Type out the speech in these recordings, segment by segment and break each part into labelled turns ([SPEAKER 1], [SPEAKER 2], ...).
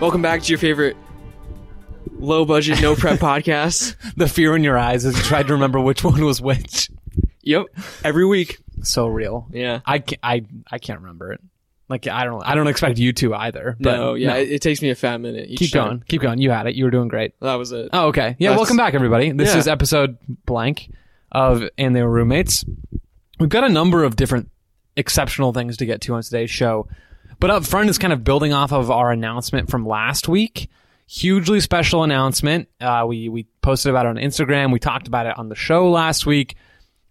[SPEAKER 1] Welcome back to your favorite low budget, no prep podcast.
[SPEAKER 2] The fear in your eyes as you tried to remember which one was which.
[SPEAKER 1] Yep, every week.
[SPEAKER 2] So real.
[SPEAKER 1] Yeah.
[SPEAKER 2] I can't, I I can't remember it. Like I don't I don't expect you to either. But
[SPEAKER 1] no, yeah, It, it takes me a fat minute. Each
[SPEAKER 2] Keep
[SPEAKER 1] time.
[SPEAKER 2] going. Keep going. You had it. You were doing great.
[SPEAKER 1] That was it.
[SPEAKER 2] Oh, okay. Yeah,
[SPEAKER 1] That's-
[SPEAKER 2] welcome back, everybody. This
[SPEAKER 1] Yeah.
[SPEAKER 2] is episode blank of And They Were Roommates. We've got a number of different exceptional things to get to on today's show. But up front is kind of building off of our announcement from last week. Hugely special announcement. Uh, we, we posted about it on Instagram. We talked about it on the show last week.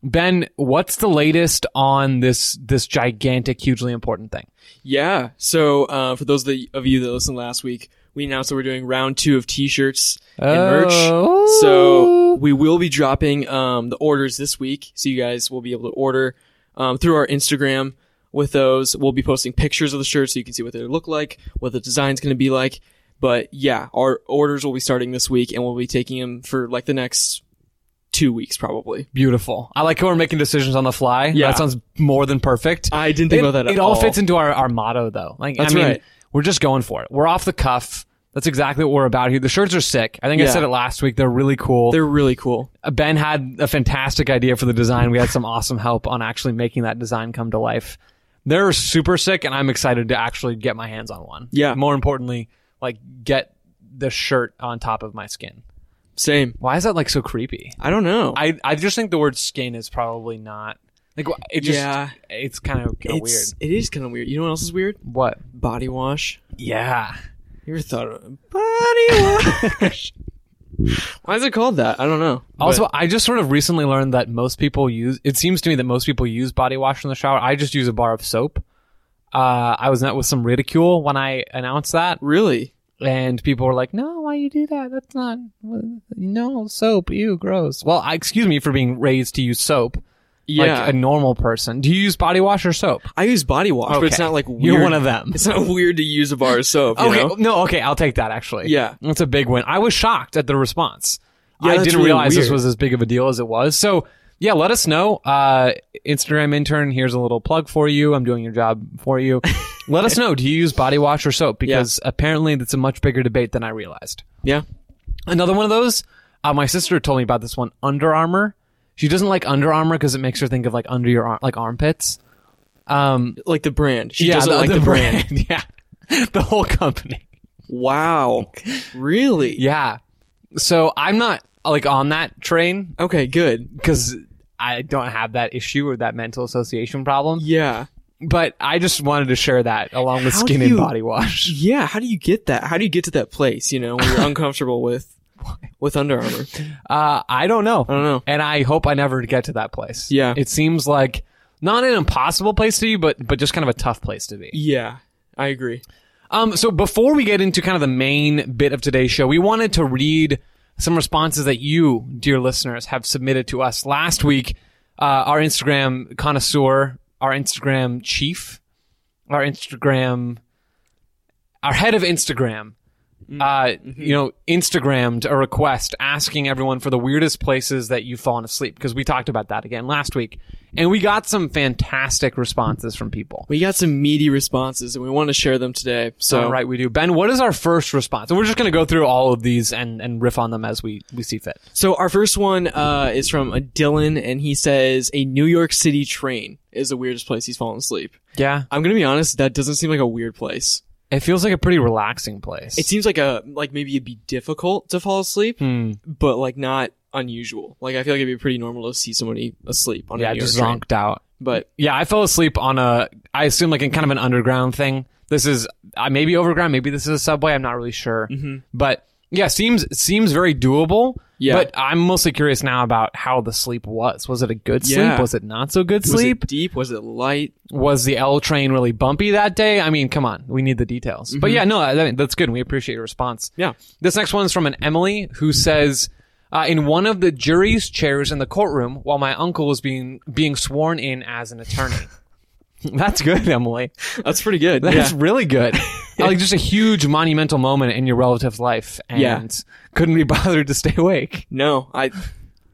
[SPEAKER 2] Ben, what's the latest on this this gigantic, hugely important thing?
[SPEAKER 1] Yeah. So uh, for those of the- of you that listened last week, we announced that we're doing round two of T-shirts and merch.
[SPEAKER 2] Oh.
[SPEAKER 1] So we will be dropping um, the orders this week, so you guys will be able to order um, through our Instagram. With those, we'll be posting pictures of the shirts so you can see what they look like, what the design's going to be like. But yeah, our orders will be starting this week, and we'll be taking them for like the next two weeks probably.
[SPEAKER 2] Beautiful. I like how we're making decisions on the fly.
[SPEAKER 1] Yeah.
[SPEAKER 2] That sounds more than perfect.
[SPEAKER 1] I didn't think
[SPEAKER 2] it,
[SPEAKER 1] about that at
[SPEAKER 2] it all,
[SPEAKER 1] all.
[SPEAKER 2] fits into our, our motto though. Like
[SPEAKER 1] That's
[SPEAKER 2] I mean,
[SPEAKER 1] right.
[SPEAKER 2] we're just going for it. We're off the cuff. That's exactly what we're about here. The shirts are sick. I think I
[SPEAKER 1] Yeah.
[SPEAKER 2] said it last week. They're really cool. Uh,
[SPEAKER 1] They're really cool.
[SPEAKER 2] ben had a fantastic idea for the design. We had some awesome help on actually making that design come to life. They're super sick, and I'm excited to actually get my hands on one.
[SPEAKER 1] Yeah.
[SPEAKER 2] More importantly, like get the shirt on top of my skin.
[SPEAKER 1] Same.
[SPEAKER 2] Why is that like so creepy?
[SPEAKER 1] I don't know.
[SPEAKER 2] I I just think the word skin is probably not like wh- it just
[SPEAKER 1] Yeah.
[SPEAKER 2] it's kind of
[SPEAKER 1] it's,
[SPEAKER 2] weird.
[SPEAKER 1] It is kind of weird. You know what else is weird?
[SPEAKER 2] What?
[SPEAKER 1] Body wash.
[SPEAKER 2] Yeah.
[SPEAKER 1] You ever thought of body wash? Why is it called that? I don't know.
[SPEAKER 2] Also,
[SPEAKER 1] But-
[SPEAKER 2] I just sort of recently learned that most people use. It seems to me that most people use body wash in the shower. I just use a bar of soap. Uh, I was met with some ridicule when I announced that,
[SPEAKER 1] really,
[SPEAKER 2] and people were like, "No, why you do that? That's not no soap. Ew, gross." Well, I excuse me for being raised to use soap.
[SPEAKER 1] yeah.
[SPEAKER 2] Like a normal person, do you use body wash or soap?
[SPEAKER 1] I use body wash, but it's
[SPEAKER 2] Okay.
[SPEAKER 1] not like weird.
[SPEAKER 2] You're one of them.
[SPEAKER 1] It's not weird to use a bar of soap. You
[SPEAKER 2] okay,
[SPEAKER 1] know?
[SPEAKER 2] no, okay, I'll take that actually.
[SPEAKER 1] Yeah.
[SPEAKER 2] that's a big win. I was shocked at the response.
[SPEAKER 1] Yeah,
[SPEAKER 2] I
[SPEAKER 1] that's
[SPEAKER 2] didn't
[SPEAKER 1] really
[SPEAKER 2] realize this
[SPEAKER 1] weird.
[SPEAKER 2] was as big of a deal as it was. So yeah, let us know. Uh, Instagram intern, here's a little plug for you. I'm doing your job for you. let us know. Do you use body wash or soap? Because apparently that's a much bigger debate than I realized.
[SPEAKER 1] Yeah.
[SPEAKER 2] Another one of those. Uh, my sister told me about this one. Under Armour. She doesn't like Under Armour because it makes her think of like under your arm, like armpits. Um,
[SPEAKER 1] Like the brand. She doesn't like the, brand.
[SPEAKER 2] brand. yeah, the whole company.
[SPEAKER 1] Wow. Really?
[SPEAKER 2] Yeah. So I'm not like on that train
[SPEAKER 1] Okay, good.
[SPEAKER 2] because I don't have that issue or that mental association problem.
[SPEAKER 1] Yeah.
[SPEAKER 2] But I just wanted to share that along with
[SPEAKER 1] How
[SPEAKER 2] skin
[SPEAKER 1] do
[SPEAKER 2] and
[SPEAKER 1] you-
[SPEAKER 2] body wash.
[SPEAKER 1] Yeah. How do you get that? How do you get to that place, you know, when you're uncomfortable with with Under Armour?
[SPEAKER 2] Uh, I don't know.
[SPEAKER 1] I don't know.
[SPEAKER 2] And I hope I never get to that place.
[SPEAKER 1] Yeah.
[SPEAKER 2] It seems like not an impossible place to be, but but just kind of a tough place to be.
[SPEAKER 1] Yeah. I agree.
[SPEAKER 2] Um, so before we get into kind of the main bit of today's show, we wanted to read some responses that you, dear listeners, have submitted to us last week. Uh, our Instagram connoisseur, our Instagram chief, our Instagram, our head of Instagram, uh, you know, Instagrammed a request asking everyone for the weirdest places that you've fallen asleep because we talked about that again last week, and we got some fantastic responses from people.
[SPEAKER 1] We got some meaty responses and we want to share them today. So
[SPEAKER 2] All right, we do. Ben, what is our first response? And we're just going to go through all of these and, and riff on them as we, we see fit.
[SPEAKER 1] So our first one uh, is from a Dylan, and he says a New York City train is the weirdest place he's fallen asleep.
[SPEAKER 2] Yeah.
[SPEAKER 1] I'm gonna be honest, that doesn't seem like a weird place.
[SPEAKER 2] It feels like a pretty relaxing place.
[SPEAKER 1] It seems like a like maybe it'd be difficult to fall asleep,
[SPEAKER 2] Hmm.
[SPEAKER 1] but like not unusual. Like I feel like it'd be pretty normal to see somebody asleep on
[SPEAKER 2] yeah,
[SPEAKER 1] a New
[SPEAKER 2] just
[SPEAKER 1] York train.
[SPEAKER 2] zonked out.
[SPEAKER 1] But
[SPEAKER 2] Yeah, I fell asleep on a, I assume like in kind of an underground thing. This is uh, maybe overground, maybe this is a subway. I'm not really sure. But yeah, seems seems very doable.
[SPEAKER 1] Mm-hmm. Yeah.
[SPEAKER 2] But I'm mostly curious now about how the sleep was. Was it a good sleep?
[SPEAKER 1] Yeah.
[SPEAKER 2] Was it not so good
[SPEAKER 1] was
[SPEAKER 2] sleep?
[SPEAKER 1] it deep? Was it light?
[SPEAKER 2] was the L train really bumpy that day? I mean, come on, we need the details. But yeah, no, I- I mean, that's good. and We appreciate your response.
[SPEAKER 1] Yeah.
[SPEAKER 2] This next one's from an Emily who says, uh, in one of the jury's chairs in the courtroom while my uncle was being being sworn in as an attorney. that's good, Emily.
[SPEAKER 1] That's pretty good.
[SPEAKER 2] That's
[SPEAKER 1] yeah.
[SPEAKER 2] really good. like just a huge monumental moment in your relative's life, and
[SPEAKER 1] Yeah.
[SPEAKER 2] couldn't be bothered to stay awake.
[SPEAKER 1] No, I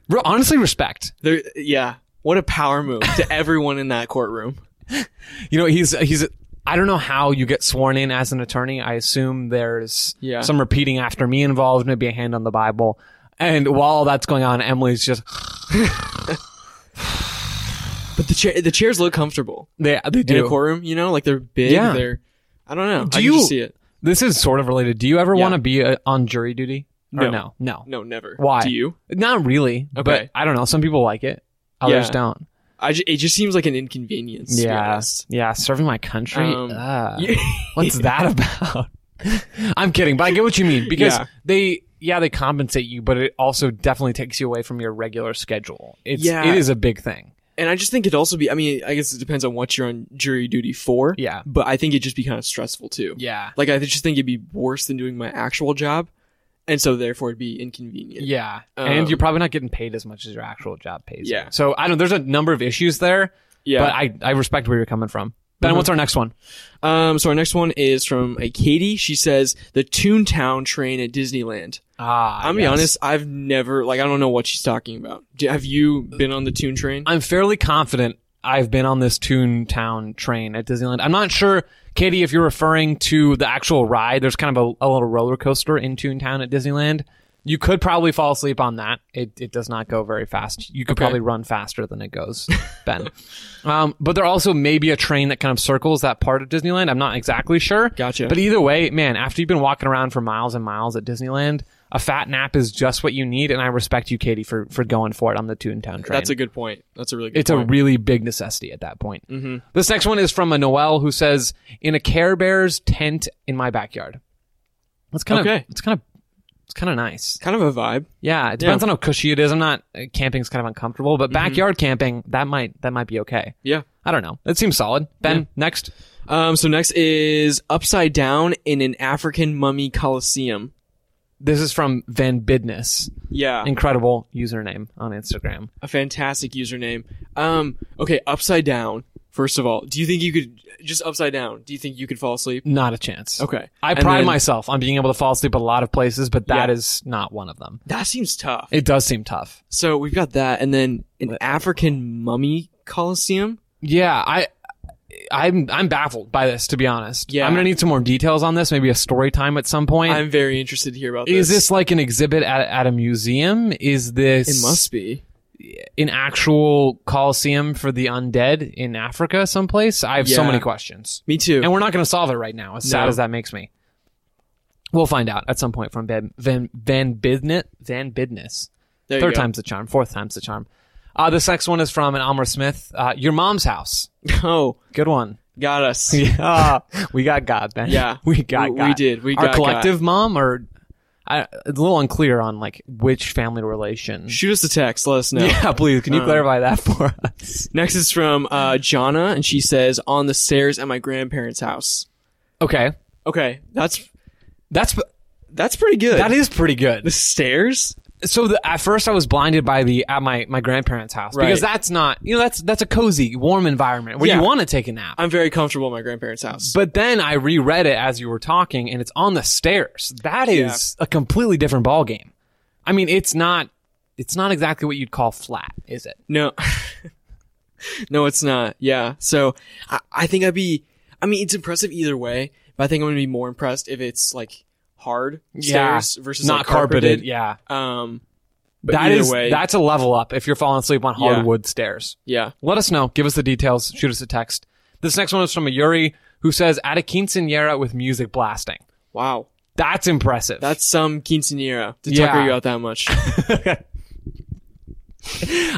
[SPEAKER 2] Re- honestly, respect.
[SPEAKER 1] there. Yeah, what a power move to everyone in that courtroom.
[SPEAKER 2] You know, he's he's I don't know how you get sworn in as an attorney. I assume there's
[SPEAKER 1] Yeah.
[SPEAKER 2] some repeating after me involved, maybe a hand on the Bible. And while all that's going on, Emily's just
[SPEAKER 1] But the chair, the chairs look comfortable
[SPEAKER 2] they they
[SPEAKER 1] in
[SPEAKER 2] do.
[SPEAKER 1] a courtroom. You know, like they're big.
[SPEAKER 2] Yeah.
[SPEAKER 1] They're I don't know.
[SPEAKER 2] Do
[SPEAKER 1] I can
[SPEAKER 2] you-
[SPEAKER 1] just see it?
[SPEAKER 2] This is sort of related. Do you ever
[SPEAKER 1] Yeah.
[SPEAKER 2] want to be uh on jury duty? Or
[SPEAKER 1] No.
[SPEAKER 2] no, no,
[SPEAKER 1] No, never.
[SPEAKER 2] Why?
[SPEAKER 1] do you?
[SPEAKER 2] not really. But
[SPEAKER 1] Okay.
[SPEAKER 2] I don't know. Some people like it. Others
[SPEAKER 1] Yeah.
[SPEAKER 2] don't.
[SPEAKER 1] I ju- it just seems like an inconvenience. To be
[SPEAKER 2] Yeah,
[SPEAKER 1] honest.
[SPEAKER 2] yeah. Serving my country.
[SPEAKER 1] Um,
[SPEAKER 2] Ah. What's that about? I'm kidding, but I get what you mean because
[SPEAKER 1] Yeah.
[SPEAKER 2] they, yeah, they compensate you, but it also definitely takes you away from your regular schedule. It's,
[SPEAKER 1] Yeah.
[SPEAKER 2] it is a big thing.
[SPEAKER 1] and I just think it'd also be. I mean, I guess it depends on what you're on jury duty for.
[SPEAKER 2] Yeah.
[SPEAKER 1] But I think it'd just be kind of stressful too.
[SPEAKER 2] Yeah.
[SPEAKER 1] Like I just think it'd be worse than doing my actual job, and so therefore it'd be inconvenient.
[SPEAKER 2] Yeah.
[SPEAKER 1] Um,
[SPEAKER 2] and you're probably not getting paid as much as your actual job pays. you.
[SPEAKER 1] Yeah.
[SPEAKER 2] So I don't, there's a number of issues there,
[SPEAKER 1] Yeah.
[SPEAKER 2] but I, I respect where you're coming from. Ben,
[SPEAKER 1] Mhm.
[SPEAKER 2] what's our next one?
[SPEAKER 1] um. So our next one is from a Katie. She says the Toontown train at Disneyland.
[SPEAKER 2] Ah,
[SPEAKER 1] I'm gonna be honest. I've never like I don't know what she's talking about. Do- Have you been on the Toon train?
[SPEAKER 2] I'm fairly confident I've been on this Toontown train at Disneyland. I'm not sure, Katie, if you're referring to the actual ride. There's kind of a, a little roller coaster in Toontown at Disneyland. You could probably fall asleep on that. It, it does not go very fast. You could
[SPEAKER 1] Okay.
[SPEAKER 2] probably run faster than it goes, Ben. um, but there also may be a train that kind of circles that part of Disneyland. I'm not exactly sure.
[SPEAKER 1] Gotcha.
[SPEAKER 2] But either way, man, after you've been walking around for miles and miles at Disneyland, a fat nap is just what you need. And I respect you, Katie, for, for going for it on the Toontown train
[SPEAKER 1] That's a good point. That's a really good.
[SPEAKER 2] it's a
[SPEAKER 1] point.
[SPEAKER 2] really big necessity at that point. Mm-hmm. This next one is from a Noel who says, "In a Care Bears tent in my backyard." That's kind of
[SPEAKER 1] Okay.
[SPEAKER 2] it's kind of it's kind of nice.
[SPEAKER 1] kind of a vibe.
[SPEAKER 2] Yeah, it depends on how cushy it is. I'm not uh, camping's kind of uncomfortable,
[SPEAKER 1] Mm-hmm.
[SPEAKER 2] but backyard camping that might that might be okay.
[SPEAKER 1] Yeah.
[SPEAKER 2] I don't know. It seems solid. Ben, next.
[SPEAKER 1] Um. So next is upside down in an African mummy coliseum.
[SPEAKER 2] This is from Van Bidness.
[SPEAKER 1] Yeah.
[SPEAKER 2] Incredible username on Instagram.
[SPEAKER 1] a fantastic username. Um, okay, upside down. First of all, do you think you could just upside down? Do you think you could fall asleep?
[SPEAKER 2] Not a chance.
[SPEAKER 1] Okay,
[SPEAKER 2] I
[SPEAKER 1] And
[SPEAKER 2] pride
[SPEAKER 1] then-
[SPEAKER 2] myself on being able to fall asleep at a lot of places, but that
[SPEAKER 1] Yeah.
[SPEAKER 2] is not one of them.
[SPEAKER 1] That seems tough.
[SPEAKER 2] It does seem tough.
[SPEAKER 1] So we've got that, and then an African mummy coliseum.
[SPEAKER 2] Yeah, I I'm I'm baffled by this to be honest.
[SPEAKER 1] Yeah.
[SPEAKER 2] I'm going to need some more details on this, maybe a story time at some point.
[SPEAKER 1] I'm very interested to hear about
[SPEAKER 2] is
[SPEAKER 1] this.
[SPEAKER 2] this like an exhibit at, at a museum? Is this
[SPEAKER 1] It must be.
[SPEAKER 2] an actual coliseum for the undead in Africa someplace? I have so
[SPEAKER 1] Yeah.
[SPEAKER 2] many questions.
[SPEAKER 1] Me too.
[SPEAKER 2] And we're not going to solve it right now, as sad
[SPEAKER 1] No.
[SPEAKER 2] as that makes me. We'll find out at some point from Van Van Van Bidness. Van Bidness.
[SPEAKER 1] There you
[SPEAKER 2] Third
[SPEAKER 1] go.
[SPEAKER 2] time's the charm. Fourth time's the charm. Uh, this next one is from an Amr Smith. Uh, your mom's house.
[SPEAKER 1] Oh,
[SPEAKER 2] Good one.
[SPEAKER 1] got us.
[SPEAKER 2] Yeah, we got God, man.
[SPEAKER 1] Yeah.
[SPEAKER 2] we got
[SPEAKER 1] We- we
[SPEAKER 2] God.
[SPEAKER 1] did. We
[SPEAKER 2] our
[SPEAKER 1] got
[SPEAKER 2] collective mom, or I, it's a little unclear on like which family relation. Uh.
[SPEAKER 1] Shoot us a text. Let us know.
[SPEAKER 2] Yeah, please. Can you clarify that for us?
[SPEAKER 1] Next is from uh, Jana, and she says, "On the stairs at my grandparents' house."
[SPEAKER 2] Okay,
[SPEAKER 1] Okay, that's
[SPEAKER 2] that's
[SPEAKER 1] that's pretty good.
[SPEAKER 2] that is pretty
[SPEAKER 1] the
[SPEAKER 2] good.
[SPEAKER 1] stairs.
[SPEAKER 2] So the, at first I was blinded by the at my my grandparents' house because
[SPEAKER 1] Right.
[SPEAKER 2] that's not you know that's that's a cozy, warm environment where
[SPEAKER 1] Yeah.
[SPEAKER 2] you want to take a nap.
[SPEAKER 1] I'm very comfortable at my grandparents' house.
[SPEAKER 2] but then I reread it as you were talking, and it's on the stairs. That is a completely different ballgame. I mean, it's not, it's not exactly what you'd call flat, is it?
[SPEAKER 1] No. no, it's not. Yeah. So I, I think I'd be, I mean, it's impressive either way, but I think I'm going to be more impressed if it's like hard
[SPEAKER 2] Yeah.
[SPEAKER 1] stairs versus
[SPEAKER 2] not
[SPEAKER 1] like,
[SPEAKER 2] carpeted. Yeah,
[SPEAKER 1] Um, but
[SPEAKER 2] that
[SPEAKER 1] either
[SPEAKER 2] is
[SPEAKER 1] way,
[SPEAKER 2] that's a level up if you're falling asleep on
[SPEAKER 1] Yeah.
[SPEAKER 2] hardwood stairs.
[SPEAKER 1] yeah.
[SPEAKER 2] Let us know. Give us the details. Shoot us a text. This next one is from a Yuri who says at a quinceanera with music blasting.
[SPEAKER 1] Wow.
[SPEAKER 2] That's impressive.
[SPEAKER 1] That's some quinceanera to
[SPEAKER 2] Yeah.
[SPEAKER 1] tucker you out that much.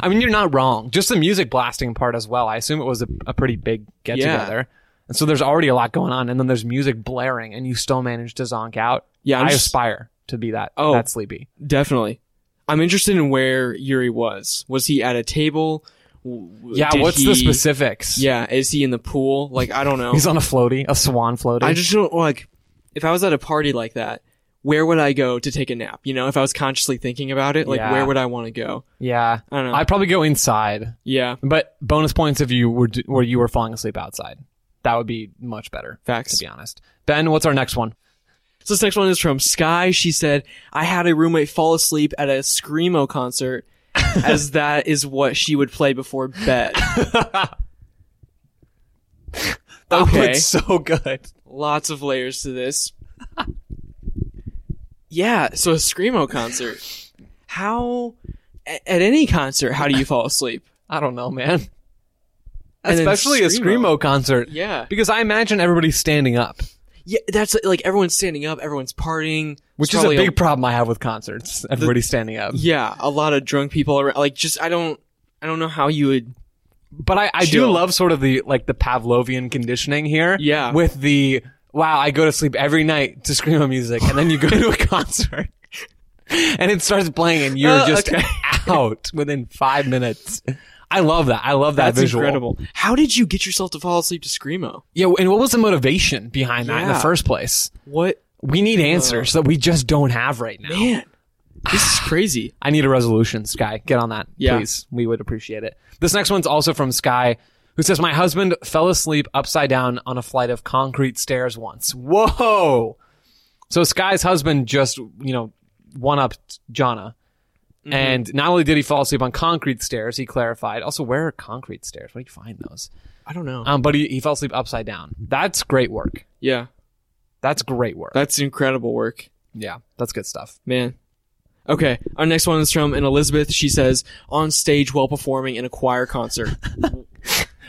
[SPEAKER 2] I mean, you're not wrong. Just the music blasting part as well. I assume it was a, a pretty big get together. And so there's already a lot going on, and then there's music blaring, and you still manage to zonk out.
[SPEAKER 1] Yeah, I'm
[SPEAKER 2] I
[SPEAKER 1] just-
[SPEAKER 2] aspire to be that.
[SPEAKER 1] Oh.
[SPEAKER 2] that sleepy.
[SPEAKER 1] Definitely. I'm interested in where Yuri was. Was he at a table? W- w-
[SPEAKER 2] Yeah,
[SPEAKER 1] did
[SPEAKER 2] what's
[SPEAKER 1] he-
[SPEAKER 2] the specifics?
[SPEAKER 1] Yeah, is he in the pool? Like, I don't know.
[SPEAKER 2] he's on a floaty, a swan floaty.
[SPEAKER 1] I just don't like if I was at a party like that, where would I go to take a nap? You know, if I was consciously thinking about it, like
[SPEAKER 2] Yeah.
[SPEAKER 1] where would I want to go?
[SPEAKER 2] yeah,
[SPEAKER 1] I don't know.
[SPEAKER 2] I'd probably go inside,
[SPEAKER 1] yeah,
[SPEAKER 2] but bonus points if you were d- where you were falling asleep outside. That would be much better, to
[SPEAKER 1] facts.
[SPEAKER 2] be honest. Ben, what's our next one?
[SPEAKER 1] So this next one is from Sky. She said, "I had a roommate fall asleep at a screamo concert, as that is what she would play before bed."
[SPEAKER 2] Oh,
[SPEAKER 1] Okay.
[SPEAKER 2] it's so good.
[SPEAKER 1] Lots of layers to this. yeah, so a screamo concert. How a- at any concert, how do you fall asleep?
[SPEAKER 2] I don't know, man.
[SPEAKER 1] And then
[SPEAKER 2] Especially a screamo concert.
[SPEAKER 1] Yeah.
[SPEAKER 2] Because I imagine everybody's standing up,
[SPEAKER 1] Yeah, that's like everyone's standing up, everyone's partying,
[SPEAKER 2] which
[SPEAKER 1] It's
[SPEAKER 2] is a
[SPEAKER 1] probably
[SPEAKER 2] big problem I have with concerts. Everybody's standing up.
[SPEAKER 1] yeah, a lot of drunk people around. Like, just I don't, I don't know how you would.
[SPEAKER 2] But I, I do
[SPEAKER 1] Chill.
[SPEAKER 2] love sort of the like the Pavlovian conditioning here.
[SPEAKER 1] Yeah.
[SPEAKER 2] With the wow, I go to sleep every night to screamo music, and then you go to a concert, and it starts playing, and you're
[SPEAKER 1] Uh,
[SPEAKER 2] just
[SPEAKER 1] okay.
[SPEAKER 2] out within five minutes. I love that. I love that
[SPEAKER 1] That's
[SPEAKER 2] visual.
[SPEAKER 1] incredible. How did you get yourself to fall asleep to screamo?
[SPEAKER 2] Yeah. And what was the motivation behind that in the
[SPEAKER 1] Yeah.
[SPEAKER 2] first place?
[SPEAKER 1] What
[SPEAKER 2] We need answers that we just don't have right now.
[SPEAKER 1] man? This is crazy.
[SPEAKER 2] I need a resolution, Sky. Get on that,
[SPEAKER 1] Yeah.
[SPEAKER 2] please. We would appreciate it. This next one's also from Sky, who says, My husband fell asleep upside down on a flight of concrete stairs once. Whoa. So Sky's husband just, you know, one upped Jana. And not only did he fall asleep on concrete stairs, he clarified. Also, where are concrete stairs? Where do you find those?
[SPEAKER 1] I don't know.
[SPEAKER 2] Um, but he, he fell asleep upside down. That's great work.
[SPEAKER 1] yeah,
[SPEAKER 2] That's great work.
[SPEAKER 1] that's incredible work.
[SPEAKER 2] yeah, that's good stuff.
[SPEAKER 1] Man. Okay, our next one is from an Elizabeth. She says, on stage while performing in a choir concert.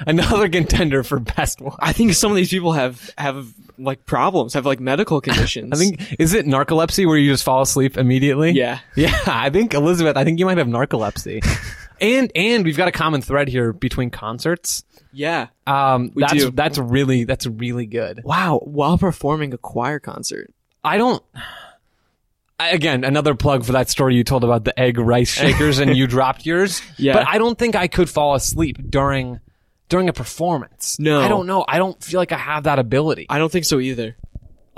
[SPEAKER 2] Another contender for best work.
[SPEAKER 1] I think some of these people have, have like problems, have like medical conditions.
[SPEAKER 2] I think is it narcolepsy where you just fall asleep immediately?
[SPEAKER 1] Yeah.
[SPEAKER 2] Yeah, I think Elizabeth, I think you might have narcolepsy. and and we've got a common thread here between concerts.
[SPEAKER 1] Yeah.
[SPEAKER 2] Um
[SPEAKER 1] We
[SPEAKER 2] that's
[SPEAKER 1] do.
[SPEAKER 2] that's really that's really good.
[SPEAKER 1] Wow, while performing a choir concert.
[SPEAKER 2] I don't I, again, another plug for that story you told about the egg rice shakers and you dropped yours.
[SPEAKER 1] Yeah.
[SPEAKER 2] But I don't think I could fall asleep during during a performance.
[SPEAKER 1] No.
[SPEAKER 2] I don't know. I don't feel like I have that ability.
[SPEAKER 1] I don't think so either.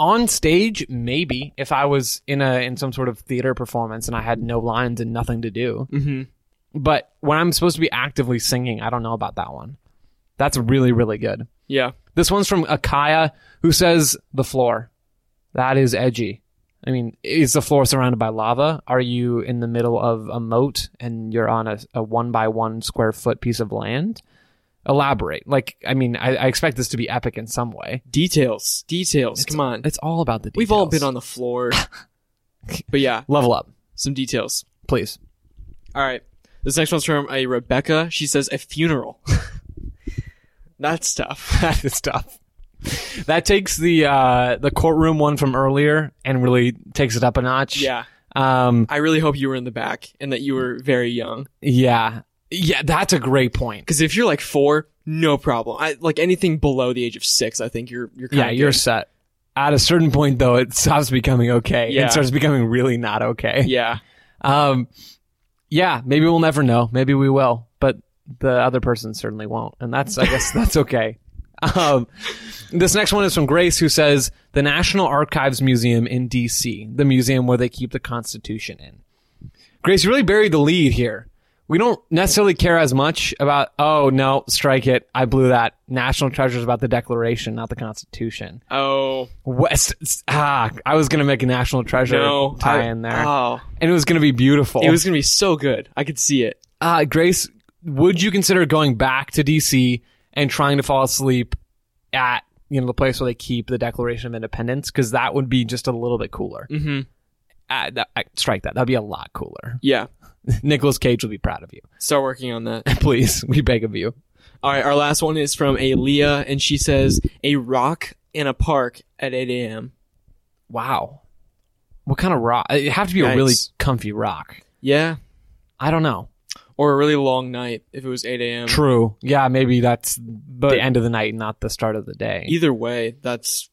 [SPEAKER 2] on stage maybe if i was in a in some sort of theater performance and i had no lines and nothing to do
[SPEAKER 1] Mhm.
[SPEAKER 2] but when i'm supposed to be actively singing i don't know about that one that's really really good
[SPEAKER 1] Yeah.
[SPEAKER 2] this one's from akaya who says the floor that is edgy i mean is the floor surrounded by lava are you in the middle of a moat and you're on a, a one by one square foot piece of land elaborate like i mean I, I expect this to be epic in some way
[SPEAKER 1] Details. Details. Come on.
[SPEAKER 2] it's all about the details.
[SPEAKER 1] We've all been on the floor. but yeah,
[SPEAKER 2] level up
[SPEAKER 1] some details.
[SPEAKER 2] please.
[SPEAKER 1] All right. This next one's from a Rebecca. She says a funeral. That's tough.
[SPEAKER 2] That is tough. That takes the uh, the courtroom one from earlier and really takes it up a notch.
[SPEAKER 1] Yeah.
[SPEAKER 2] Um.
[SPEAKER 1] I really hope you were in the back and that you were very young.
[SPEAKER 2] Yeah. Yeah. That's a great point.
[SPEAKER 1] Because if you're like four, no problem. I like anything below the age of six. I think you're you're kind
[SPEAKER 2] Yeah, you're set. At a certain point, though, it stops becoming okay.
[SPEAKER 1] Yeah.
[SPEAKER 2] It starts becoming really not okay.
[SPEAKER 1] yeah
[SPEAKER 2] Um. Yeah. Maybe we'll never know. Maybe we will, but the other person certainly won't, and that's I guess that's okay. Um, this next one is from Grace, who says the National Archives Museum in D.C., the museum where they keep the Constitution in. Grace, you really buried the lead here. We don't necessarily care as much about, oh, no, strike it. I blew that. National treasures about the Declaration, not the Constitution.
[SPEAKER 1] oh
[SPEAKER 2] West, ah, I was going to make a national treasure
[SPEAKER 1] no
[SPEAKER 2] tie
[SPEAKER 1] I-
[SPEAKER 2] in there.
[SPEAKER 1] oh
[SPEAKER 2] and it was going to be beautiful.
[SPEAKER 1] it was gonna be so good I could see it
[SPEAKER 2] uh, Grace, would you consider going back to DC and trying to fall asleep at you know the place where they keep the Declaration of Independence? Because that would be just a little bit cooler.
[SPEAKER 1] mm-hmm
[SPEAKER 2] Uh, that, I, strike that. That'd be a lot cooler.
[SPEAKER 1] yeah
[SPEAKER 2] Nicolas Cage will be proud of you.
[SPEAKER 1] start working on that
[SPEAKER 2] Please, we beg of you.
[SPEAKER 1] all right our last one is from a Leah and she says a rock in a park at 8 a.m
[SPEAKER 2] Wow, what kind of rock? It have to be a really
[SPEAKER 1] Yikes.
[SPEAKER 2] comfy rock.
[SPEAKER 1] yeah
[SPEAKER 2] I don't know.
[SPEAKER 1] or a really long night if it was 8 a.m
[SPEAKER 2] True. Yeah, maybe that's the end of the night, not the start of the day.
[SPEAKER 1] either way that's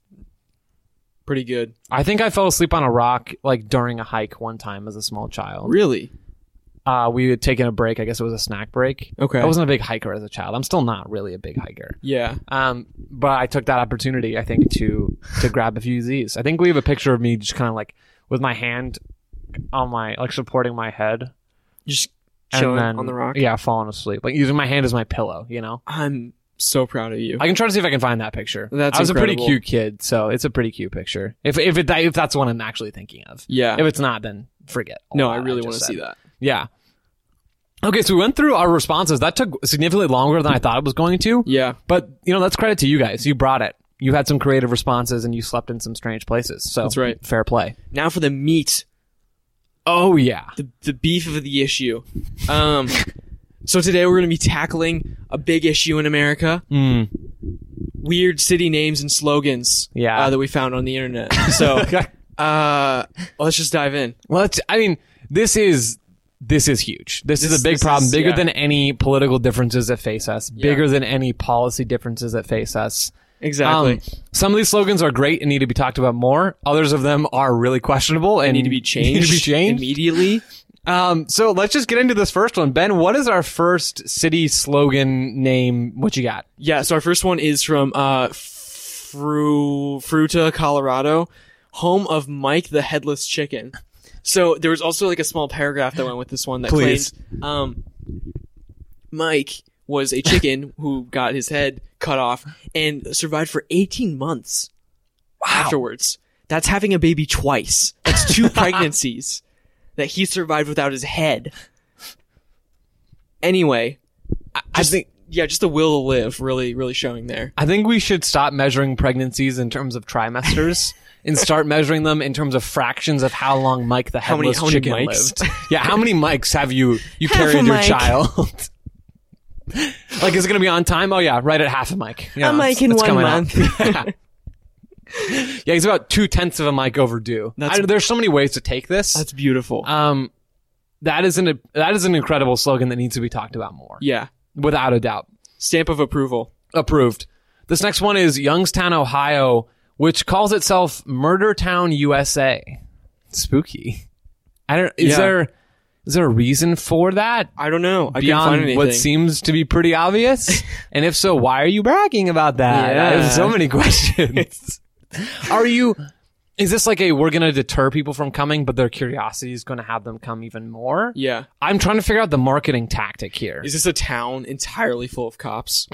[SPEAKER 1] pretty good
[SPEAKER 2] I think I fell asleep on a rock like during a hike one time as a small child.
[SPEAKER 1] really
[SPEAKER 2] uh, we had taken a break. I guess it was a snack break.
[SPEAKER 1] Okay.
[SPEAKER 2] I wasn't a big hiker as a child. I'm still not really a big hiker.
[SPEAKER 1] yeah
[SPEAKER 2] Um, but I took that opportunity, I think, to to grab a few Z's. I think we have a picture of me just kind of like with my hand on my like supporting my head
[SPEAKER 1] just
[SPEAKER 2] and
[SPEAKER 1] chilling
[SPEAKER 2] then-
[SPEAKER 1] on the rock
[SPEAKER 2] Yeah, falling asleep, like using my hand as my pillow. You know,
[SPEAKER 1] I'm so proud of you
[SPEAKER 2] I can try to see if I can find that picture.
[SPEAKER 1] That's
[SPEAKER 2] I was a
[SPEAKER 1] incredible.
[SPEAKER 2] pretty cute kid, so it's a pretty cute picture. If if it, if that's what I'm actually thinking of,
[SPEAKER 1] yeah
[SPEAKER 2] if it's not, then forget. all
[SPEAKER 1] no I
[SPEAKER 2] that
[SPEAKER 1] really
[SPEAKER 2] Oh, just
[SPEAKER 1] want to
[SPEAKER 2] said.
[SPEAKER 1] see that
[SPEAKER 2] Yeah. Okay, so we went through our responses. That took significantly longer than I thought it was going to.
[SPEAKER 1] Yeah.
[SPEAKER 2] But, you know, that's credit to you guys. You brought it. You had some creative responses and you slept in some strange places. So
[SPEAKER 1] That's right.
[SPEAKER 2] Fair play.
[SPEAKER 1] Now for the meat,
[SPEAKER 2] Oh, yeah.
[SPEAKER 1] the, the beef of the issue. Um, so today we're going to be tackling a big issue in America:
[SPEAKER 2] Mm.
[SPEAKER 1] weird city names and slogans.
[SPEAKER 2] Yeah.
[SPEAKER 1] uh, that we found on the internet. So, uh, let's just dive in.
[SPEAKER 2] Let's, I mean, this is. This is huge. This,
[SPEAKER 1] This-
[SPEAKER 2] is a big
[SPEAKER 1] this
[SPEAKER 2] problem,
[SPEAKER 1] is-
[SPEAKER 2] bigger
[SPEAKER 1] yeah.
[SPEAKER 2] than any political differences that face us, bigger than any policy differences that face us.
[SPEAKER 1] Exactly.
[SPEAKER 2] Um, some of these slogans are great and need to be talked about more. Others of them are really questionable and
[SPEAKER 1] need to be changed.
[SPEAKER 2] Need to be changed.
[SPEAKER 1] immediately.
[SPEAKER 2] Um, so let's just get into this first one. Ben, what is our first city slogan name? What you got?
[SPEAKER 1] Yeah, so our first one is from uh, Fru- Fruta, Colorado, home of Mike the Headless Chicken. So there was also like a small paragraph that went with this one that
[SPEAKER 2] Please.
[SPEAKER 1] claimed um, Mike was a chicken who got his head cut off and survived for 18 months afterwards. That's having a baby twice. That's two pregnancies that he survived without his head. Anyway,
[SPEAKER 2] I
[SPEAKER 1] just-
[SPEAKER 2] think
[SPEAKER 1] yeah, just the will to live really, really showing there.
[SPEAKER 2] I think we should stop measuring pregnancies in terms of trimesters and start measuring them in terms of fractions of how long Mike the
[SPEAKER 1] many-
[SPEAKER 2] headless
[SPEAKER 1] how many
[SPEAKER 2] chicken
[SPEAKER 1] mics?
[SPEAKER 2] lived. Yeah, how many mics have you you
[SPEAKER 1] Half a
[SPEAKER 2] carried your
[SPEAKER 1] mic.
[SPEAKER 2] child? like is it going to be on time? Oh yeah, right at half a mic. Yeah,
[SPEAKER 1] A mic
[SPEAKER 2] it's-
[SPEAKER 1] in
[SPEAKER 2] it's
[SPEAKER 1] one
[SPEAKER 2] coming up. yeah, he's about two tenths of a mic overdue.
[SPEAKER 1] That's-
[SPEAKER 2] I- there's so many ways to take this.
[SPEAKER 1] That's beautiful.
[SPEAKER 2] Um, that is an that is an incredible slogan that needs to be talked about more,
[SPEAKER 1] yeah.
[SPEAKER 2] without a doubt.
[SPEAKER 1] Stamp of approval.
[SPEAKER 2] Approved. This next one is Youngstown, Ohio, which calls itself Murder Town, USA. Spooky. I don't. Is
[SPEAKER 1] Yeah.
[SPEAKER 2] there is there a reason for that
[SPEAKER 1] I don't know. I can't find
[SPEAKER 2] beyond
[SPEAKER 1] anything.
[SPEAKER 2] what seems to be pretty obvious? and if so, why are you bragging about that? I have
[SPEAKER 1] Yeah.
[SPEAKER 2] so many questions. are you? Is this like a we're going to deter people from coming, but their curiosity is going to have them come even more?
[SPEAKER 1] yeah.
[SPEAKER 2] I'm trying to figure out the marketing tactic here.
[SPEAKER 1] Is this a town entirely full of cops?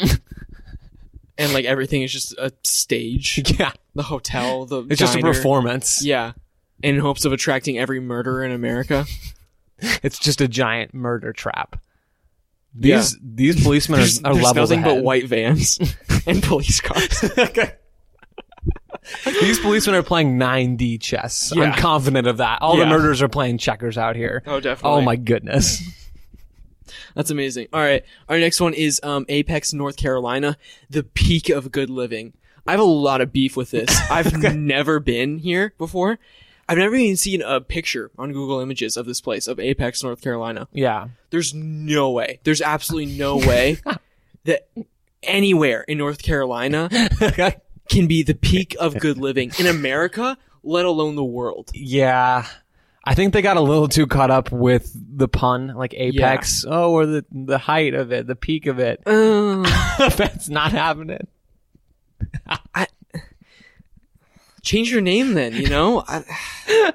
[SPEAKER 1] and like everything is just a stage.
[SPEAKER 2] yeah,
[SPEAKER 1] The hotel, the
[SPEAKER 2] it's just a
[SPEAKER 1] diner.
[SPEAKER 2] performance.
[SPEAKER 1] Yeah. In hopes of attracting every murderer in America.
[SPEAKER 2] It's just a giant murder trap. These these policemen
[SPEAKER 1] There's,
[SPEAKER 2] are, are
[SPEAKER 1] there's
[SPEAKER 2] levels
[SPEAKER 1] nothing but
[SPEAKER 2] ahead.
[SPEAKER 1] white vans and police cars.
[SPEAKER 2] These policemen are playing 9D chess. I'm
[SPEAKER 1] Yeah.
[SPEAKER 2] confident of that. All the
[SPEAKER 1] Yeah.
[SPEAKER 2] murderers are playing checkers out here.
[SPEAKER 1] Oh, definitely.
[SPEAKER 2] Oh my goodness.
[SPEAKER 1] That's amazing. All right. Our next one is um, Apex, North Carolina, the peak of good living. I have a lot of beef with this. I've never been here before. I've never even seen a picture on Google Images of this place, of Apex, North Carolina.
[SPEAKER 2] Yeah.
[SPEAKER 1] There's no way. There's absolutely no way that anywhere in North Carolina can be the peak of good living in America, let alone the world.
[SPEAKER 2] yeah. I think they got a little too caught up with the pun, like apex. Oh, or the the height of it, the peak of it. That's not happening.
[SPEAKER 1] Change your name then, you know? I,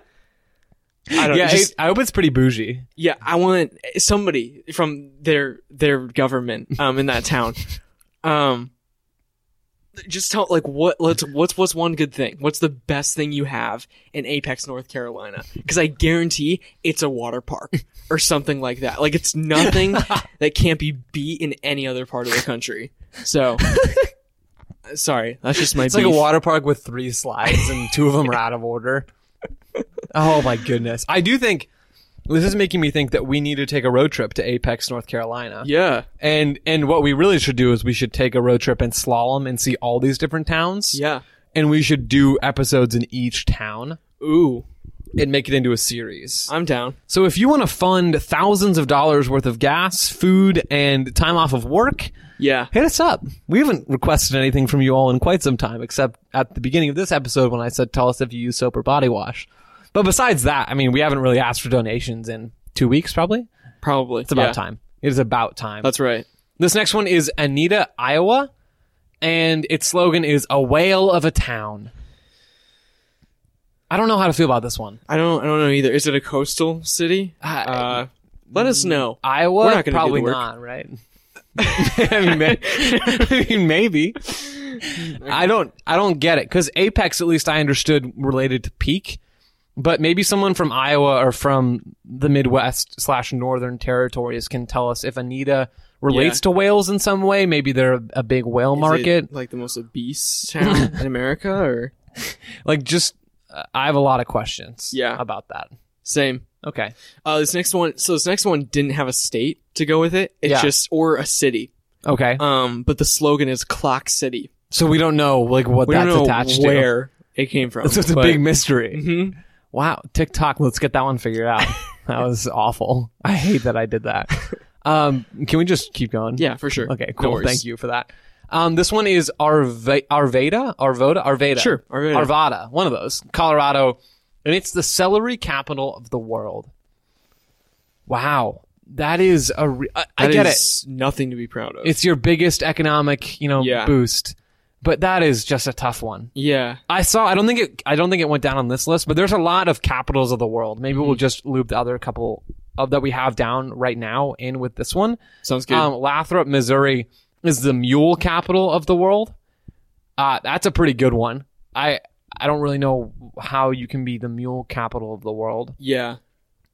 [SPEAKER 1] I don't
[SPEAKER 2] yeah,
[SPEAKER 1] just-
[SPEAKER 2] it- I hope it's pretty bougie.
[SPEAKER 1] Yeah, I want somebody from their their government um in that town. Um just tell like what let's what's what's one good thing? What's the best thing you have in Apex, North Carolina? Cuz I guarantee it's a water park or something like that. Like it's nothing that can't be beat in any other part of the country. So sorry, that's just my
[SPEAKER 2] It's like a
[SPEAKER 1] beef.
[SPEAKER 2] water park with three slides and two of them are out of order. Oh my goodness. I do think this is making me think that we need to take a road trip to Apex, North Carolina.
[SPEAKER 1] Yeah.
[SPEAKER 2] And and what we really should do is we should take a road trip and slalom and see all these different towns.
[SPEAKER 1] Yeah.
[SPEAKER 2] And we should do episodes in each town
[SPEAKER 1] Ooh,
[SPEAKER 2] and make it into a series.
[SPEAKER 1] I'm down.
[SPEAKER 2] So if you want to fund thousands of dollars worth of gas, food, and time off of work,
[SPEAKER 1] Yeah.
[SPEAKER 2] hit us up. We haven't requested anything from you all in quite some time, except at the beginning of this episode when I said, tell us if you use soap or body wash. But besides that, I mean, we haven't really asked for donations in two weeks, probably.
[SPEAKER 1] Probably.
[SPEAKER 2] It's about time. It is about time.
[SPEAKER 1] That's right.
[SPEAKER 2] this next one is Anita, Iowa, and its slogan is a whale of a town. I don't know how to feel about this one.
[SPEAKER 1] I don't. I don't know either. Is it a coastal city?
[SPEAKER 2] I- Mm,
[SPEAKER 1] Uh, let us know. We're
[SPEAKER 2] Iowa,
[SPEAKER 1] not gonna do
[SPEAKER 2] probably
[SPEAKER 1] the work.
[SPEAKER 2] not, right? I mean, may- I mean, maybe. I don't. I don't get it because Apex, at least I understood, related to peak, but maybe someone from Iowa or from the Midwest slash Northern territories can tell us if Anita relates
[SPEAKER 1] Yeah.
[SPEAKER 2] to whales in some way. Maybe they're a big whale
[SPEAKER 1] Is
[SPEAKER 2] market.
[SPEAKER 1] it, like the most obese town in America, or
[SPEAKER 2] Like, just uh, I have a lot of questions.
[SPEAKER 1] Yeah.
[SPEAKER 2] about that.
[SPEAKER 1] same.
[SPEAKER 2] Okay,
[SPEAKER 1] Uh, this next one. So this next one didn't have a state to go with it. It's
[SPEAKER 2] Yeah.
[SPEAKER 1] just or a city.
[SPEAKER 2] okay.
[SPEAKER 1] Um, but the slogan is Clock City.
[SPEAKER 2] so we don't know like what
[SPEAKER 1] We
[SPEAKER 2] that's
[SPEAKER 1] don't know
[SPEAKER 2] attached to.
[SPEAKER 1] where it came from.
[SPEAKER 2] So it's a
[SPEAKER 1] but-
[SPEAKER 2] big mystery.
[SPEAKER 1] Mhm.
[SPEAKER 2] Wow, TikTok. Let's get that one figured out. that was awful. I hate that I did that. Um, can we just keep going?
[SPEAKER 1] Yeah, for sure.
[SPEAKER 2] Okay, cool.
[SPEAKER 1] worries.
[SPEAKER 2] Thank you for that. Um, this one is Arve- Arvada, Arvoda, Arvada.
[SPEAKER 1] Sure, Arvada.
[SPEAKER 2] Arvada, one of those, Colorado, and it's the celery capital of the world. Wow, that is a. Re- I, I
[SPEAKER 1] That
[SPEAKER 2] get it.
[SPEAKER 1] is Nothing to be proud of.
[SPEAKER 2] It's your biggest economic, you know,
[SPEAKER 1] Yeah.
[SPEAKER 2] boost, but that is just a tough one.
[SPEAKER 1] yeah.
[SPEAKER 2] I saw. I don't think it. I don't think it went down on this list, but there's a lot of capitals of the world. Maybe we'll just loop the other couple of that we have down right now in with this one.
[SPEAKER 1] Sounds good.
[SPEAKER 2] Um, Lathrop, Missouri is the mule capital of the world. Uh, that's a pretty good one. I I don't really know how you can be the mule capital of the world,
[SPEAKER 1] yeah.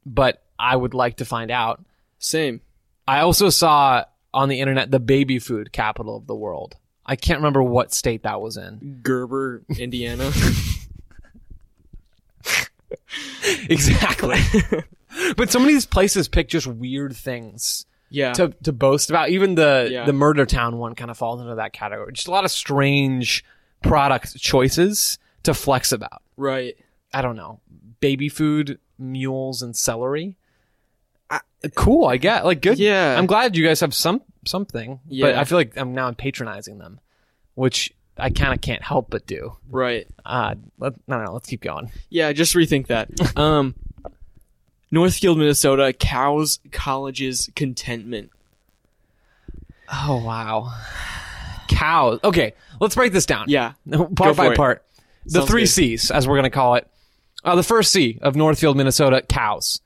[SPEAKER 2] but I would like to find out.
[SPEAKER 1] Same.
[SPEAKER 2] I also saw on the internet the baby food capital of the world. I can't remember what state that was in.
[SPEAKER 1] Gerber, Indiana.
[SPEAKER 2] Exactly. but some of these places pick just weird things
[SPEAKER 1] yeah.
[SPEAKER 2] to, to boast about. Even the
[SPEAKER 1] Yeah.
[SPEAKER 2] the Murder Town one kind of falls into that category. Just a lot of strange product choices to flex about.
[SPEAKER 1] right.
[SPEAKER 2] I don't know, baby food, mules, and celery. I, cool, I get like good.
[SPEAKER 1] Yeah.
[SPEAKER 2] I'm glad you guys have some something. But
[SPEAKER 1] Yeah.
[SPEAKER 2] I feel like I'm now patronizing them, which I kind of can't help but do.
[SPEAKER 1] Right.
[SPEAKER 2] Uh, let, no, no, let's keep going.
[SPEAKER 1] Yeah, just rethink that. Um, Northfield, Minnesota, cows, colleges, contentment.
[SPEAKER 2] Oh wow, cows. Okay, let's break this down.
[SPEAKER 1] Yeah,
[SPEAKER 2] part
[SPEAKER 1] Go
[SPEAKER 2] by
[SPEAKER 1] for it.
[SPEAKER 2] part. The
[SPEAKER 1] Sounds
[SPEAKER 2] three
[SPEAKER 1] good.
[SPEAKER 2] C's, as we're going to call it. Uh, the first C of Northfield, Minnesota, cows.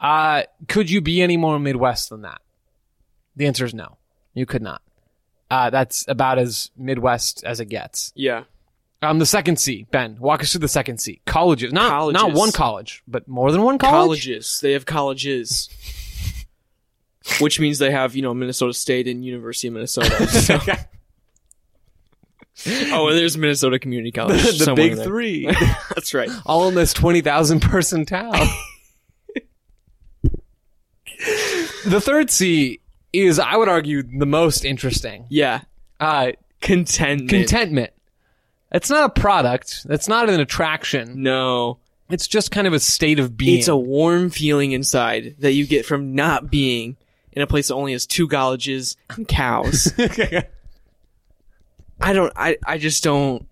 [SPEAKER 2] Uh, could you be any more Midwest than that? The answer is no. You could not. Uh, that's about as Midwest as it gets.
[SPEAKER 1] yeah,
[SPEAKER 2] Um, the second C, Ben, walk us through the second C. Colleges. Not,
[SPEAKER 1] Colleges.
[SPEAKER 2] not one college, but more than one college.
[SPEAKER 1] colleges. They have colleges, which means they have you know Minnesota State and University of Minnesota. So. oh, and there's Minnesota Community College.
[SPEAKER 2] the
[SPEAKER 1] somewhere
[SPEAKER 2] big
[SPEAKER 1] in there.
[SPEAKER 2] three.
[SPEAKER 1] That's right.
[SPEAKER 2] all in this 20,000 person town. the third C is, I would argue, the most interesting.
[SPEAKER 1] Yeah,
[SPEAKER 2] Uh,
[SPEAKER 1] contentment.
[SPEAKER 2] contentment. It's not a product. It's not an attraction.
[SPEAKER 1] no,
[SPEAKER 2] It's just kind of a state of being.
[SPEAKER 1] it's a warm feeling inside that you get from not being in a place that only has two colleges and cows. I don't. I I just don't.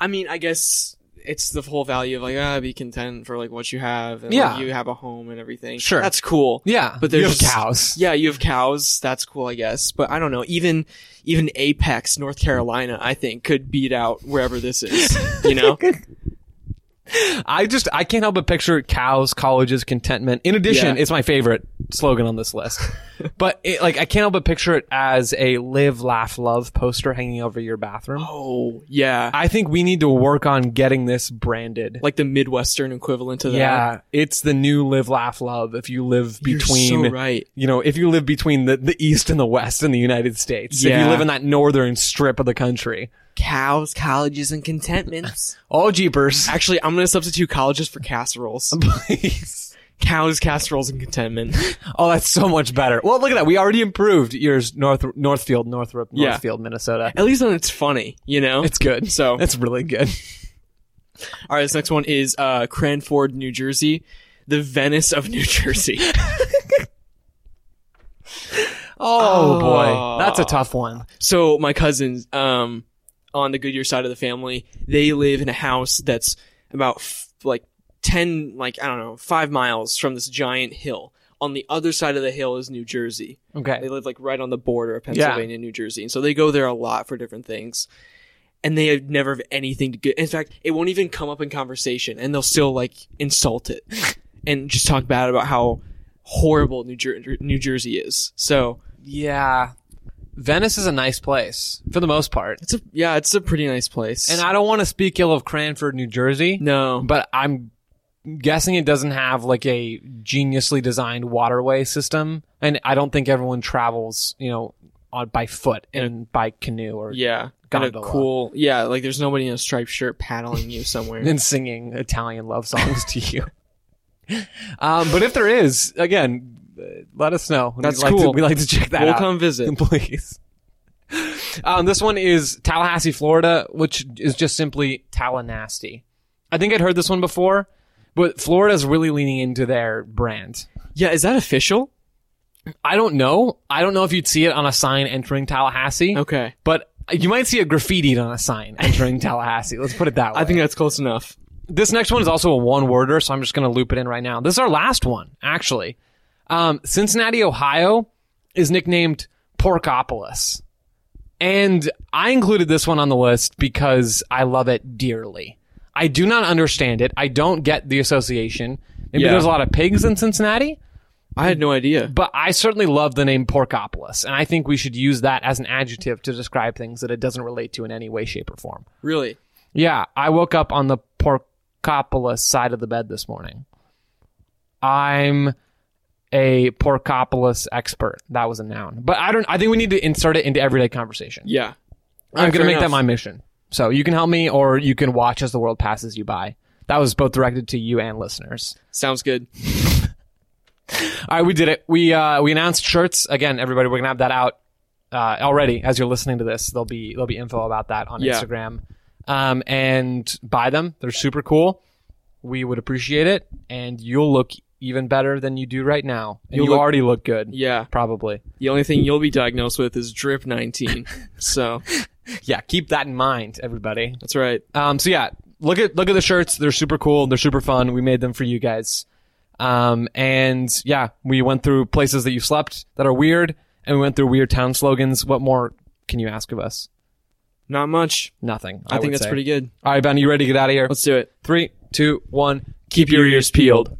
[SPEAKER 1] I mean, I guess it's the whole value of like ah, be content for like what you have. And, like,
[SPEAKER 2] Yeah.
[SPEAKER 1] you have a home and everything.
[SPEAKER 2] Sure.
[SPEAKER 1] that's cool.
[SPEAKER 2] yeah,
[SPEAKER 1] But there's
[SPEAKER 2] you have
[SPEAKER 1] just-
[SPEAKER 2] cows.
[SPEAKER 1] yeah, you have cows. That's cool, I guess. But I don't know. Even even Apex, North Carolina, I think could beat out wherever this is. You know?
[SPEAKER 2] I just I can't help but picture cows, colleges, contentment. In addition,
[SPEAKER 1] Yeah.
[SPEAKER 2] it's my favorite slogan on this list. but it, like I can't help but picture it as a live, laugh, love poster hanging over your bathroom.
[SPEAKER 1] oh yeah,
[SPEAKER 2] I think we need to work on getting this branded.
[SPEAKER 1] like the Midwestern equivalent to that.
[SPEAKER 2] yeah, it's the new live, laugh, love. If you live
[SPEAKER 1] You're
[SPEAKER 2] between,
[SPEAKER 1] so right.
[SPEAKER 2] you know, if you live between the, the East and the West in the United States, if you
[SPEAKER 1] Yeah.
[SPEAKER 2] live in that northern strip of the country,
[SPEAKER 1] Cows, colleges, and contentments.
[SPEAKER 2] all jeepers,
[SPEAKER 1] Actually, I'm gonna substitute colleges for casseroles.
[SPEAKER 2] please.
[SPEAKER 1] cows, casseroles, and contentment.
[SPEAKER 2] Oh, that's so much better. Well, look at that. We already improved yours, North Northfield, Northrop,
[SPEAKER 1] Yeah.
[SPEAKER 2] Northfield, Minnesota.
[SPEAKER 1] At least when it's funny, you know.
[SPEAKER 2] It's good.
[SPEAKER 1] So-
[SPEAKER 2] it's really good.
[SPEAKER 1] All right, this next one is uh, Cranford, New Jersey, the Venice of New Jersey.
[SPEAKER 2] Oh,
[SPEAKER 1] Oh.
[SPEAKER 2] boy, that's a tough one.
[SPEAKER 1] so my cousins, um, on the Goodyear side of the family, they live in a house that's about f- like ten, like I don't know, five miles from this giant hill. On the other side of the hill is New Jersey. They
[SPEAKER 2] Okay,
[SPEAKER 1] live like right on the border of Pennsylvania and New Jersey. And so they go there a lot for different things. And they have never have anything to get. In fact, it won't even come up in conversation and they'll still like insult it and just talk bad about how horrible New, Jer- New Jersey is. So
[SPEAKER 2] yeah, Venice is a nice place for the most part.
[SPEAKER 1] it's a, yeah, it's a pretty nice place.
[SPEAKER 2] And I don't want to speak ill of Cranford, New Jersey,
[SPEAKER 1] no,
[SPEAKER 2] but I'm guessing it doesn't have like a geniusly designed waterway system, and I don't think everyone travels, you know, on by foot
[SPEAKER 1] In a-
[SPEAKER 2] and by canoe or
[SPEAKER 1] Yeah. Kind of
[SPEAKER 2] Gondola.
[SPEAKER 1] cool. Yeah, like there's nobody in a striped shirt paddling you somewhere.
[SPEAKER 2] and singing Italian love songs to you. Um, but if there is, again, uh, let us know. We'd
[SPEAKER 1] That's
[SPEAKER 2] like to-
[SPEAKER 1] cool.
[SPEAKER 2] we like to check that
[SPEAKER 1] we'll
[SPEAKER 2] out.
[SPEAKER 1] come visit.
[SPEAKER 2] please. Um, this one is Tallahassee, Florida, which is just simply Tallanasty. I think I'd heard this one before, but Florida's really leaning into their brand.
[SPEAKER 1] Yeah, is that official?
[SPEAKER 2] I don't know. I don't know if you'd see it on a sign entering Tallahassee,
[SPEAKER 1] Okay.
[SPEAKER 2] but you might see a graffitied on a sign entering Tallahassee. Let's put it that way.
[SPEAKER 1] I think that's close enough.
[SPEAKER 2] this next one is also a one worder, so I'm just going to loop it in right now. This is our last one, actually. Um, Cincinnati, Ohio is nicknamed Porkopolis. And I included this one on the list because I love it dearly. I do not understand it. I don't get the association. Maybe
[SPEAKER 1] Yeah.
[SPEAKER 2] there's a lot of pigs in Cincinnati,
[SPEAKER 1] I had no idea.
[SPEAKER 2] but I certainly love the name Porkopolis. And I think we should use that as an adjective to describe things that it doesn't relate to in any way, shape, or form.
[SPEAKER 1] Really?
[SPEAKER 2] Yeah, I woke up on the porcopolis side of the bed this morning. I'm a porcopolis expert. That was a noun. But I don't I think we need to insert it into everyday conversation.
[SPEAKER 1] Yeah.
[SPEAKER 2] I'm going
[SPEAKER 1] fair
[SPEAKER 2] to make that
[SPEAKER 1] enough.
[SPEAKER 2] my mission. So you can help me or you can watch as the world passes you by. That was both directed to you and listeners.
[SPEAKER 1] Sounds good.
[SPEAKER 2] All right, we did it. We uh we announced shirts again everybody we're going to have that out uh already as you're listening to this. There'll be there'll be info about that on
[SPEAKER 1] Yeah.
[SPEAKER 2] Instagram. Um and buy them. They're super cool. We would appreciate it and you'll look even better than you do right now. And you
[SPEAKER 1] You'll look-
[SPEAKER 2] already look good.
[SPEAKER 1] Yeah.
[SPEAKER 2] Probably.
[SPEAKER 1] The only thing you'll be diagnosed with is drip 19. so
[SPEAKER 2] Yeah, keep that in mind everybody.
[SPEAKER 1] that's right.
[SPEAKER 2] Um, so yeah, look at look at the shirts. They're super cool. They're super fun. We made them for you guys. Um, and yeah, we went through places that you slept that are weird, and we went through weird town slogans. What more can you ask of us?
[SPEAKER 1] Not much.
[SPEAKER 2] Nothing.
[SPEAKER 1] I, think
[SPEAKER 2] would
[SPEAKER 1] that's
[SPEAKER 2] say.
[SPEAKER 1] pretty good.
[SPEAKER 2] All right, Ben, you ready to get out of here?
[SPEAKER 1] Let's do it.
[SPEAKER 2] Three, two, one.
[SPEAKER 1] Keep your ears peeled.